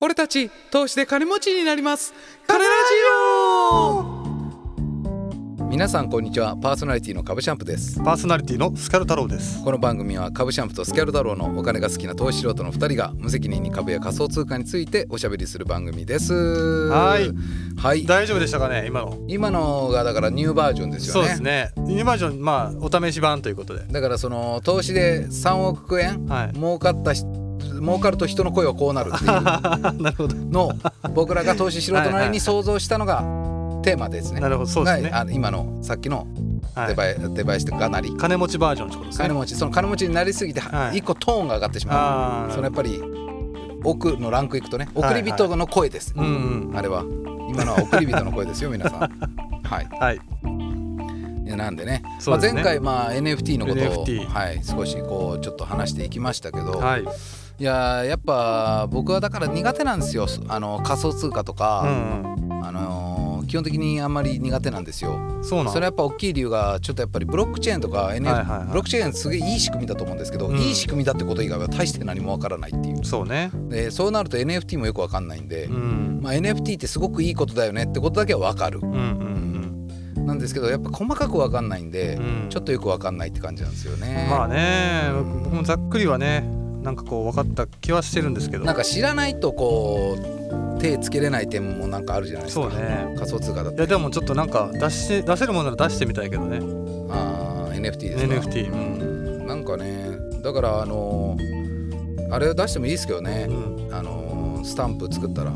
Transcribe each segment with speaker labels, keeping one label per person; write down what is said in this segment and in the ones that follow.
Speaker 1: 俺たち投資で金持ちになります金ラジオ皆さんこんにちはパーソナリティの株シャンプです
Speaker 2: パーソナリティのスカル太郎です。
Speaker 1: この番組は株シャンプとスキャル太郎のお金が好きな投資素人の二人が無責任に株や仮想通貨についておしゃべりする番組です
Speaker 2: はい
Speaker 1: はい
Speaker 2: 大丈夫でしたかね今の。
Speaker 1: 今のがだからニューバージョンです
Speaker 2: そ
Speaker 1: よ
Speaker 2: う
Speaker 1: ね
Speaker 2: ですね。ニューバージョンまあお試し版ということで。
Speaker 1: だからその投資で3億円
Speaker 2: はい。
Speaker 1: 儲かったし儲かると人の声はこうなるっていう
Speaker 2: なるほど。
Speaker 1: のを僕らが投資素人なりに想像したのがテーマですね
Speaker 2: なるほどそうですね。
Speaker 1: があの今のさっきの
Speaker 2: は
Speaker 1: デ
Speaker 2: い。
Speaker 1: バイ,、デバイスとかなり
Speaker 2: 金持ちバージョンってことです
Speaker 1: 金
Speaker 2: ね。
Speaker 1: 持ちその金持ちになりすぎて
Speaker 2: はい
Speaker 1: 一個トーンが上がってしまう、
Speaker 2: ああ。
Speaker 1: そのやっぱり奥のランクいくとね
Speaker 2: はい
Speaker 1: 送り人の声です、
Speaker 2: うんうん。
Speaker 1: あれは今のは送り人の声ですよ 皆さんはい
Speaker 2: はい。
Speaker 1: いやなんでね
Speaker 2: そ
Speaker 1: ま
Speaker 2: う
Speaker 1: あ、
Speaker 2: です
Speaker 1: 前
Speaker 2: ね
Speaker 1: 回まあ NFT のことを、
Speaker 2: NFT
Speaker 1: はい、少しこうちょっと話していきましたけど、
Speaker 2: はい。
Speaker 1: い、やーやっぱ僕はだから苦手なんですよあの仮想通貨と
Speaker 2: う
Speaker 1: か、
Speaker 2: ん
Speaker 1: あのー基本的にあんまり苦手なんですよ。
Speaker 2: うん。そうな
Speaker 1: それ
Speaker 2: の。
Speaker 1: やっぱ大きい理由がちょっとやっぱりブロックチェーンとか NFT、
Speaker 2: はいはいはい
Speaker 1: ブロックチェーンすげえいい仕組みだと思うんですけど、
Speaker 2: うん
Speaker 1: いい仕組みだってこと以外は大して何もわからないっていう
Speaker 2: そうね。
Speaker 1: でそうなると NFT もよくわかんないんで、
Speaker 2: うん。
Speaker 1: まあ、NFT ってすごくいいことだよねってことだけはわかる
Speaker 2: うんうん
Speaker 1: なんですけどやっぱ細かくわかんないんで
Speaker 2: うん。う、ん
Speaker 1: ちょっとよくわかんないって感じなんですよね、
Speaker 2: まあね、僕もざっくりはね、なんかこう分かった気はしてるんですけど
Speaker 1: なん。か知らないとこう手つけれない点もなんかあるじゃないですか
Speaker 2: そうね
Speaker 1: 仮想通貨だっ
Speaker 2: い
Speaker 1: て
Speaker 2: やでもちょっとなんか出して出せるものなら出してみたいけどね。
Speaker 1: あー NFT ですか
Speaker 2: NFT
Speaker 1: うん、なんかねだからあのーあれを出してもいいですけどね、
Speaker 2: うん。
Speaker 1: あのースタンプ作ったら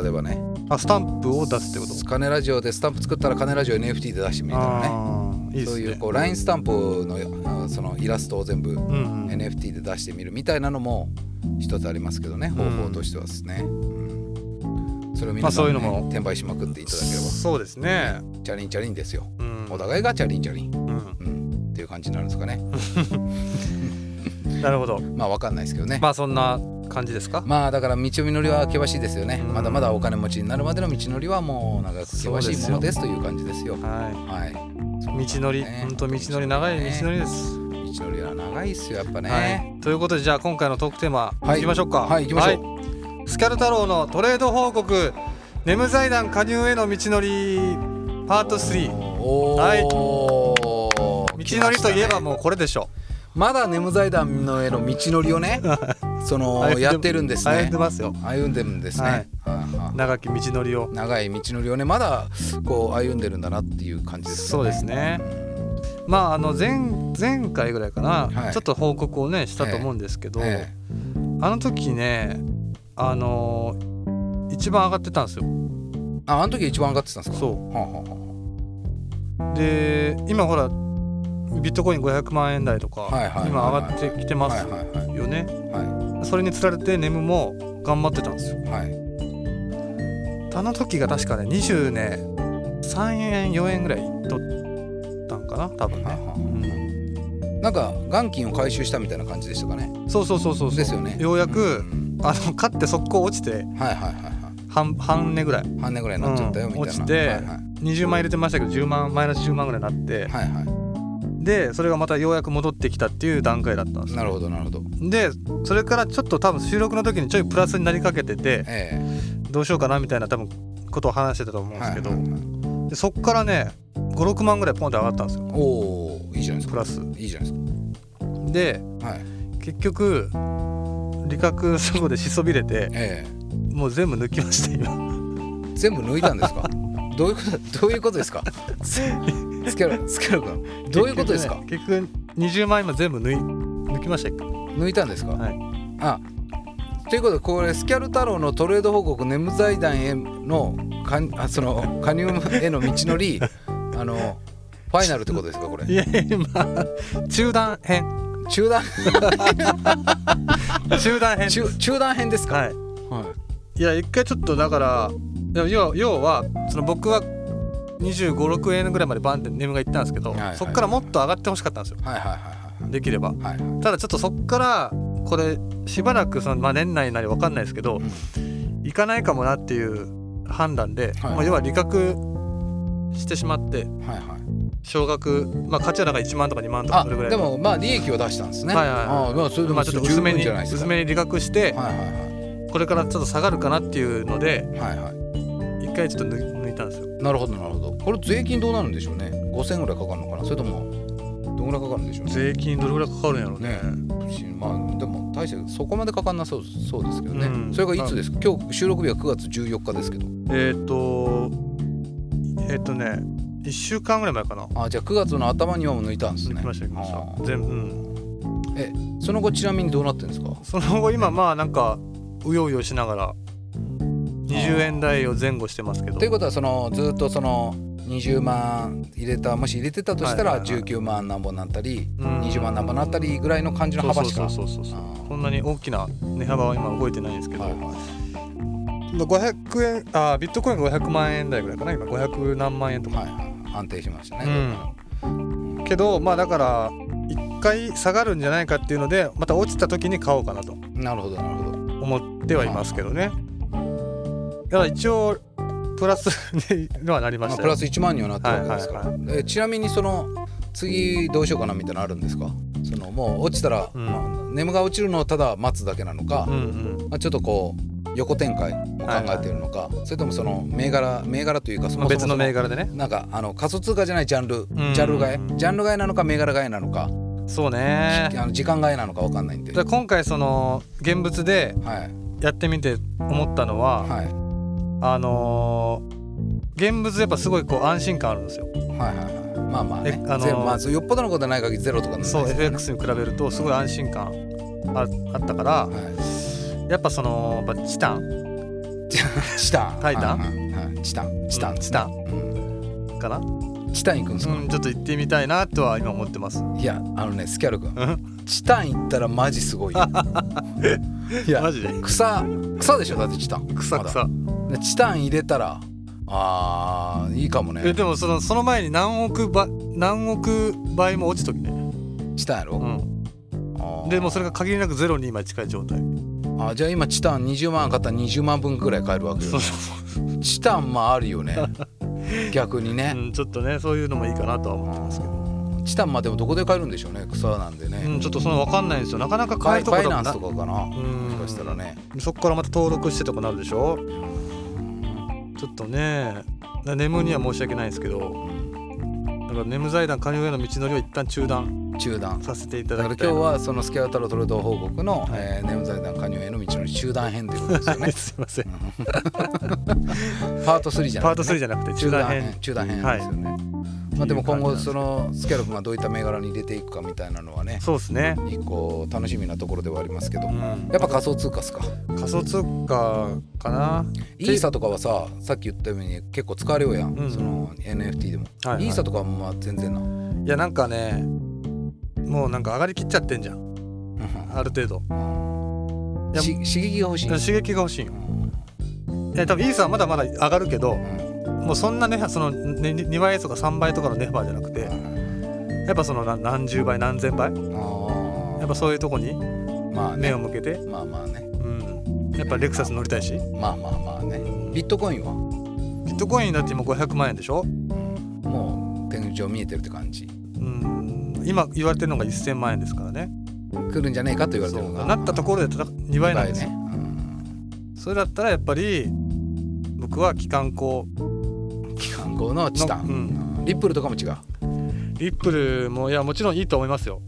Speaker 1: 例えばね
Speaker 2: あスタンプを出すってこと。
Speaker 1: カネラジオでスタンプ作ったらカネラジオ NFT で出してみるとかね
Speaker 2: あーいいで
Speaker 1: そう
Speaker 2: す
Speaker 1: いう
Speaker 2: ね。
Speaker 1: こう LINE スタンプのあそのイラストを全部
Speaker 2: うんうん
Speaker 1: NFT で出してみるみたいなのも一つありますけどね方法としてはですね、うんそれを皆さん、ね
Speaker 2: まあそういうのも
Speaker 1: 転売しまくっていただければ
Speaker 2: そうですね。
Speaker 1: チャリンチャリンですよ
Speaker 2: うん
Speaker 1: お互いがチャリンチャリン、
Speaker 2: うん
Speaker 1: うん、っていう感じになるんですかね
Speaker 2: なるほど。
Speaker 1: まあわかんないですけどね
Speaker 2: まあそんな感じですか。
Speaker 1: まあだから道のりは険しいですよね、
Speaker 2: うん
Speaker 1: まだまだお金持ちになるまでの道のりはもう長く険しいものですという感じですよ
Speaker 2: は
Speaker 1: はい
Speaker 2: い。道のり、
Speaker 1: ね
Speaker 2: 本当道のり長い道のりです。
Speaker 1: 道のりは長いっすよやっぱね、
Speaker 2: はい。ということでじゃあ今回のトークテーマ、
Speaker 1: はい
Speaker 2: い、きましょうか。
Speaker 1: はい行きましょう
Speaker 2: はいスキャル太郎のトレード報告、ネム財団加入への道のりパート3。
Speaker 1: お
Speaker 2: はい
Speaker 1: おー、
Speaker 2: 道のりとい
Speaker 1: 来ま
Speaker 2: えば
Speaker 1: したね
Speaker 2: もうこれでしょ
Speaker 1: まだ眠財団のへの道のりを ねその
Speaker 2: 歩んで
Speaker 1: やってるんです
Speaker 2: う。
Speaker 1: ね
Speaker 2: でますよ。
Speaker 1: 歩んでるんですね、
Speaker 2: はい
Speaker 1: はあはあ
Speaker 2: 長き道のりを。
Speaker 1: 長い道のりをねまだこう歩んでるんだなっていう感じです
Speaker 2: そ
Speaker 1: よ
Speaker 2: う
Speaker 1: ね
Speaker 2: ですね。まああの前前回ぐらいかな、
Speaker 1: はい
Speaker 2: ちょっと報告をねしたと思うんですけど、
Speaker 1: え
Speaker 2: あの時ねあのー一番上がってたんですよ
Speaker 1: えああの時一番上がってたんですか
Speaker 2: そ
Speaker 1: はあはあは
Speaker 2: うで今ほらビットコイン500万円台とか、
Speaker 1: はいはいはいはい
Speaker 2: 今上がってきて
Speaker 1: あ
Speaker 2: ま
Speaker 1: はい
Speaker 2: す
Speaker 1: はいはい
Speaker 2: よね、
Speaker 1: は
Speaker 2: それにつられてネムも頑張ってたんですよ
Speaker 1: いはい
Speaker 2: あの時が確かね20ね3円4円ぐらい取ったんかな多分
Speaker 1: はあ
Speaker 2: ね、
Speaker 1: は
Speaker 2: うん
Speaker 1: あなんか元金を回収したみたいな感じでしたかね
Speaker 2: そうそうそうそうそう
Speaker 1: ですよね
Speaker 2: ようやく、
Speaker 1: ん
Speaker 2: あの勝って速攻落ちて
Speaker 1: はいはいはいはい
Speaker 2: 半半値ぐらい
Speaker 1: 半値ぐらいになっちゃったよ
Speaker 2: う
Speaker 1: み
Speaker 2: ん
Speaker 1: たいな、
Speaker 2: 落ちて
Speaker 1: はいはい
Speaker 2: 20万入れてましたけど10万マイナス10万ぐらいになって
Speaker 1: はいは
Speaker 2: でそれがまたようやく戻ってきたっていう段階だったんです
Speaker 1: いなるほどなるほど
Speaker 2: でそれからちょっと多分収録の時にちょいプラスになりかけてて
Speaker 1: ええ
Speaker 2: どうしようかなみたいな多分ことを話してたと思うんですけど、
Speaker 1: はいはいはい
Speaker 2: でそっからね56万ぐらいポンって上がったんですよ
Speaker 1: おおいいじゃないです
Speaker 2: プ
Speaker 1: か
Speaker 2: ラス
Speaker 1: いいじゃないで
Speaker 2: です
Speaker 1: かはい
Speaker 2: 結局利確そこでしそびれて
Speaker 1: え
Speaker 2: もう全部抜きました今
Speaker 1: え全部抜いたんですかどういうことどういうこと ですかススキャラスキャラ君 どういうことですか、
Speaker 2: 結局,、ね、結局20万今全部抜い抜きました一回
Speaker 1: 抜いたんですか、
Speaker 2: はい
Speaker 1: あということでこれスキャル太郎のトレード報告ネム財団へのかあその加入への道の りあのファイナルってことですかこれ
Speaker 2: いやいやまあ中断編
Speaker 1: 中断
Speaker 2: 中断編
Speaker 1: 中中断編ですか、
Speaker 2: はい
Speaker 1: はい
Speaker 2: いや一回ちょっとだからでも要要はその僕は2 5 6円ぐらいまでバンって眠がいったんですけど、
Speaker 1: はいはい
Speaker 2: そっからもっと上がってほしかったんですよ
Speaker 1: はいはい
Speaker 2: できれば
Speaker 1: はいはいはいはい
Speaker 2: ただちょっとそっからこれしばらくその、まあ、年内なり分かんないですけど行かないかもなっていう判断で、
Speaker 1: はい
Speaker 2: まあ、要は利確してしまっ
Speaker 1: は
Speaker 2: て
Speaker 1: いはい
Speaker 2: 少額まあ価値はなんか1万とか2万とか
Speaker 1: あ
Speaker 2: それぐらい
Speaker 1: でもまあ利益を出したんですね
Speaker 2: はいはいはい
Speaker 1: あまあそれで
Speaker 2: ま
Speaker 1: も
Speaker 2: あち
Speaker 1: ち
Speaker 2: ょ
Speaker 1: ょ
Speaker 2: っ
Speaker 1: っと
Speaker 2: と薄
Speaker 1: 十
Speaker 2: め
Speaker 1: 分
Speaker 2: に
Speaker 1: じゃないです
Speaker 2: 薄
Speaker 1: か
Speaker 2: めに利確して、
Speaker 1: はいはいはい
Speaker 2: これからちょっと下がるかなっていうので
Speaker 1: はいはい
Speaker 2: 一回ちょっと抜抜いたんですよ
Speaker 1: なるほどなるほどこれ税金どうなるんでしょうね5000円ぐらいかかるのかなそれともどんぐらいかかるんでしょうね
Speaker 2: 税金どれぐらいかかるんやろうね
Speaker 1: ねまあでも大してそこまでかかんなそうそうですけどね、
Speaker 2: うん
Speaker 1: それがいつですか今日収録日は9月14日ですけど
Speaker 2: えっ、とえっ、とね1週間ぐらい前かな
Speaker 1: あじゃあ9月の頭にはもう抜いたんです
Speaker 2: 抜
Speaker 1: ね
Speaker 2: きました抜きまし
Speaker 1: あ
Speaker 2: た
Speaker 1: ー
Speaker 2: 全部、うん、
Speaker 1: その後ちなみにどうなってるんですか
Speaker 2: その後今まあなんかうようよしながら20円台を前後してますけど
Speaker 1: ということはそのずっとその20万入れたもし入れてたとした
Speaker 2: はい
Speaker 1: ら
Speaker 2: はいはい
Speaker 1: 19万なんぼになったり、
Speaker 2: うん
Speaker 1: 20万なんぼになったりぐらいの感じの
Speaker 2: そうそ
Speaker 1: 幅
Speaker 2: う
Speaker 1: し
Speaker 2: そ
Speaker 1: か
Speaker 2: うそうそうそう
Speaker 1: あ
Speaker 2: こんなに大きな値幅は今動いてないんですけ
Speaker 1: ー
Speaker 2: ど、
Speaker 1: はいはい
Speaker 2: 500円あビットコインが500万円台ぐらいかな今500何万円とか、
Speaker 1: はいはい安定しましたね、
Speaker 2: うん、けどまあだから1回下がるんじゃないかっていうのでまた落ちた時に買おうかなと
Speaker 1: なるほどなるほど
Speaker 2: 思ってはいますけどねだから一応プラス にはなりま
Speaker 1: ま
Speaker 2: し
Speaker 1: あ、
Speaker 2: た
Speaker 1: プ
Speaker 2: よ
Speaker 1: ラス1万にはなったわけですから、
Speaker 2: はいは
Speaker 1: えちなみにその次どうしようかなみたいなのあるんですかそのもう落ちたら、
Speaker 2: うん
Speaker 1: まあ、眠が落ちるのをただ待つだけなのか、
Speaker 2: うんうん
Speaker 1: まあ、ちょっとこう横展開も考えているのか、それともその銘柄銘柄というかそ
Speaker 2: まあ、
Speaker 1: もそも
Speaker 2: 別
Speaker 1: そ
Speaker 2: の銘柄でね
Speaker 1: なんかあの仮想通貨じゃないジャンルジ
Speaker 2: ん
Speaker 1: ャンル買いジャンル買いなのか銘柄買いなのか、
Speaker 2: そうね
Speaker 1: あの時間買いなのかわかんないんで
Speaker 2: だから今回その現物で
Speaker 1: はい
Speaker 2: やってみて思ったのは、
Speaker 1: はいは
Speaker 2: あのー現物やっぱすごいこう安心感あるんですよ、
Speaker 1: いはいはいまあまあね
Speaker 2: え、あのー
Speaker 1: ゼロまずよっぽどのことない限りゼロとかなんです
Speaker 2: そう
Speaker 1: よね
Speaker 2: FX に比べるとすごい安心感ああったから
Speaker 1: は
Speaker 2: やっぱそのやっぱチタン
Speaker 1: いチタン
Speaker 2: タイタン
Speaker 1: はいはいはいチタンチタン
Speaker 2: うんチタン
Speaker 1: うん
Speaker 2: かな、
Speaker 1: チタン行くんですか、
Speaker 2: うん、ちょっと行ってみたいなとは今思ってます
Speaker 1: いやあのねスキャル君
Speaker 2: うん
Speaker 1: チタン行ったらマジすごい よいや
Speaker 2: マジで
Speaker 1: 草草でしょだってチタン
Speaker 2: 草
Speaker 1: まだ
Speaker 2: 草
Speaker 1: でチタン入れたらあーいいかも
Speaker 2: え
Speaker 1: ね
Speaker 2: でもそのその前に何億倍何億倍も落ちときね、
Speaker 1: チタンやろ、
Speaker 2: うん、
Speaker 1: あー
Speaker 2: でもうそれが限りなくゼロに今近い状態
Speaker 1: あじゃあ今チタン20万買ったら20万分くらい買えるわけよ
Speaker 2: そうそうそう
Speaker 1: チタンもあるよ ね逆にね、
Speaker 2: うん、ちょっとねそういうのもいいかなとは思ってますけど、
Speaker 1: チタンまあでもどこで買えるんでしょうね草なんで
Speaker 2: う
Speaker 1: ね、
Speaker 2: ん、ちょっとその分かんないんですよなかなか
Speaker 1: バ
Speaker 2: 買
Speaker 1: イ
Speaker 2: いとこ
Speaker 1: バ
Speaker 2: だ
Speaker 1: イナ
Speaker 2: もん
Speaker 1: ンス
Speaker 2: な
Speaker 1: とかかなも
Speaker 2: うん
Speaker 1: しかしたらね
Speaker 2: そこからまた登録してとかなるでしょちょっとねな眠には申し訳ないですけどだから眠財団加入への道のりを一旦中断
Speaker 1: 中断
Speaker 2: させていた
Speaker 1: だか
Speaker 2: だ
Speaker 1: ら
Speaker 2: き
Speaker 1: 今
Speaker 2: た
Speaker 1: 日
Speaker 2: いな
Speaker 1: はそのスキャルタロトレード報告の、
Speaker 2: はい
Speaker 1: えー、ネム財団加入への道のり中断編ということですよ
Speaker 2: はい
Speaker 1: ね
Speaker 2: すいません
Speaker 1: パート3じゃな
Speaker 2: パー
Speaker 1: くて
Speaker 2: ト3じゃなくて中
Speaker 1: 中
Speaker 2: 断
Speaker 1: 断
Speaker 2: 編
Speaker 1: 編中断編ですよね、まあでも今後そのスキャル君がどういった銘柄に入れていくかみたいなのはね
Speaker 2: そうですね、
Speaker 1: 一個楽しみなところではありますけど、
Speaker 2: う
Speaker 1: やっ
Speaker 2: ん、
Speaker 1: ぱ仮想通貨っすか
Speaker 2: 仮想通貨かな
Speaker 1: イーサとかはささっき言ったように結構使われようやん、
Speaker 2: うん
Speaker 1: その NFT でも、
Speaker 2: はいはい
Speaker 1: イーサとかはまあ全然な、うん
Speaker 2: いやなんかねもうなんか上がりきっちゃってんじゃんある程度いや
Speaker 1: し刺激が欲しい、うん
Speaker 2: 刺激が欲しいよいや多分イーサーはまだまだ上がるけどもうそんなねそのね2倍とか3倍とかの値幅じゃなくてやっぱそのな何十倍何千倍やっぱそういうとこに
Speaker 1: まあ
Speaker 2: 目
Speaker 1: ね
Speaker 2: を向けて、
Speaker 1: まあまあね
Speaker 2: うん、やっぱレクサス乗りたいし
Speaker 1: まあまあまあねビットコインは
Speaker 2: ビットコインだって今500万円でしょ、
Speaker 1: もう天井見えてるって感じ
Speaker 2: うん、今言われてるのが1000万円ですからね
Speaker 1: 来るんじゃねえかと言われて
Speaker 2: そ
Speaker 1: るの
Speaker 2: う
Speaker 1: が
Speaker 2: なったところで2倍なんですよ、
Speaker 1: ね、うん、
Speaker 2: それだったらやっぱり僕は機関庫
Speaker 1: 機関工のチタン、
Speaker 2: のうん
Speaker 1: うんリップルとかも違う
Speaker 2: リップルもいやもちろんいいと思いますよ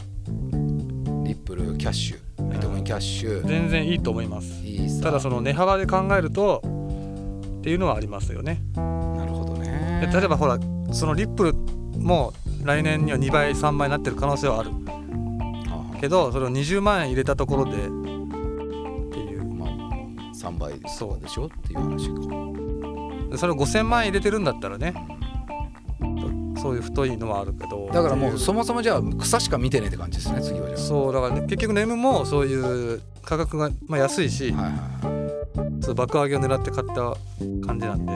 Speaker 1: リップルキャッシュビットコインキャッシュ
Speaker 2: 全然いいと思います
Speaker 1: イーサ
Speaker 2: ただその値幅で考えるとっていうのはありますよね
Speaker 1: なるほど
Speaker 2: で
Speaker 1: ね
Speaker 2: 例えばほらそのリップルも来年には2倍3倍になってる可能性はある
Speaker 1: あ
Speaker 2: けどそれを20万円入れたところでっていう
Speaker 1: まあ、3倍そうでしょっていう話か。
Speaker 2: でそれを5,000万円入れてるんだったらねそういう太いのはあるけど
Speaker 1: だからも
Speaker 2: っ
Speaker 1: う
Speaker 2: てい
Speaker 1: そもそもじゃあ草しか見てねえって感じですね次はじ
Speaker 2: そうだから、ね、結局ネムもそういう価格が、まあ、安いし
Speaker 1: ゃあ。はいはいはい
Speaker 2: ちょっと爆上げを狙って買った感じなんで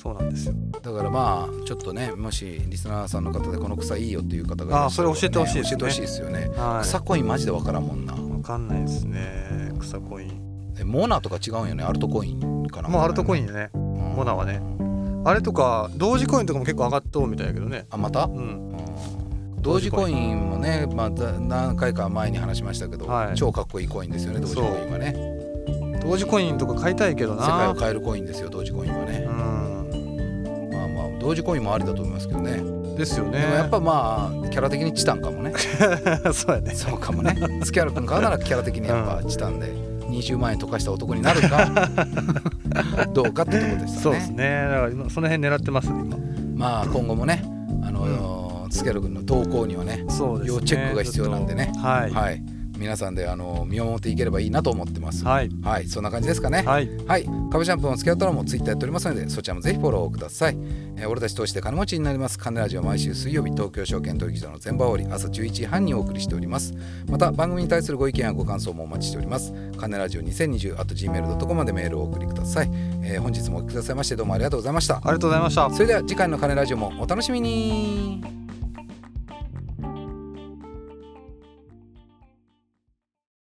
Speaker 2: そうなんですよ
Speaker 1: だからまあちょっとねもしリスナーさんの方でこの草いいよっていう方がいらっしゃればね
Speaker 2: あそれ教えてほしいです
Speaker 1: 教
Speaker 2: ね
Speaker 1: えてほしいですよね。
Speaker 2: はい
Speaker 1: 草コインマジでわからんもんな。
Speaker 2: わかんないですね草コイン
Speaker 1: えモナとか違うんよねアルトコインかな。
Speaker 2: もうアルトコイ
Speaker 1: ン。
Speaker 2: ンよねモナはねあれとか同時コインとかも結構上がっとうみたいやけどね
Speaker 1: あまた？
Speaker 2: うん
Speaker 1: 同時コインもね、まあ、ざ何回か前に話しましたけど、
Speaker 2: はい
Speaker 1: 超かっこいいコインですよね同時コインはね
Speaker 2: 同時コインとか買いたいけどな
Speaker 1: 世界を変えるコインですよ同時コインはね、まあまあ同時コインもありだと思いますけどね、
Speaker 2: うんですよね
Speaker 1: でもやっぱまあキャラ的にチタンか もね
Speaker 2: そうやね
Speaker 1: そうかもねスキャル君買うならキャラ的にやっぱチタンで20万円溶かした男になる かどうかってとこでしたね
Speaker 2: そうですねだから今その辺狙ってます今
Speaker 1: まあ今後もねあの、スキャル君の動向にはね
Speaker 2: そうですね
Speaker 1: 要チェックが必要なんでね
Speaker 2: ちょっとはいは
Speaker 1: はい皆さんであの見守っていければいいなと思ってます
Speaker 2: い
Speaker 1: はい、そんな感じですかね。
Speaker 2: はい
Speaker 1: はい、株ジャンプのスキャウトラもツイッターやっておりますので、そちらもぜひフォローください。えー俺たち投資で金持ちになります。金ラジオは毎週水曜日、東京証券取引所の全場折り、朝11時半にお送りしております。また、番組に対するご意見やご感想もお待ちしております。金ラジオ2020 at gmail.com までメールをお送りください。えー本日もお聞きくださいまして、どうもありがとうございました
Speaker 2: あ。りがとうございました
Speaker 1: それでは次回の金ラジオもお楽しみに。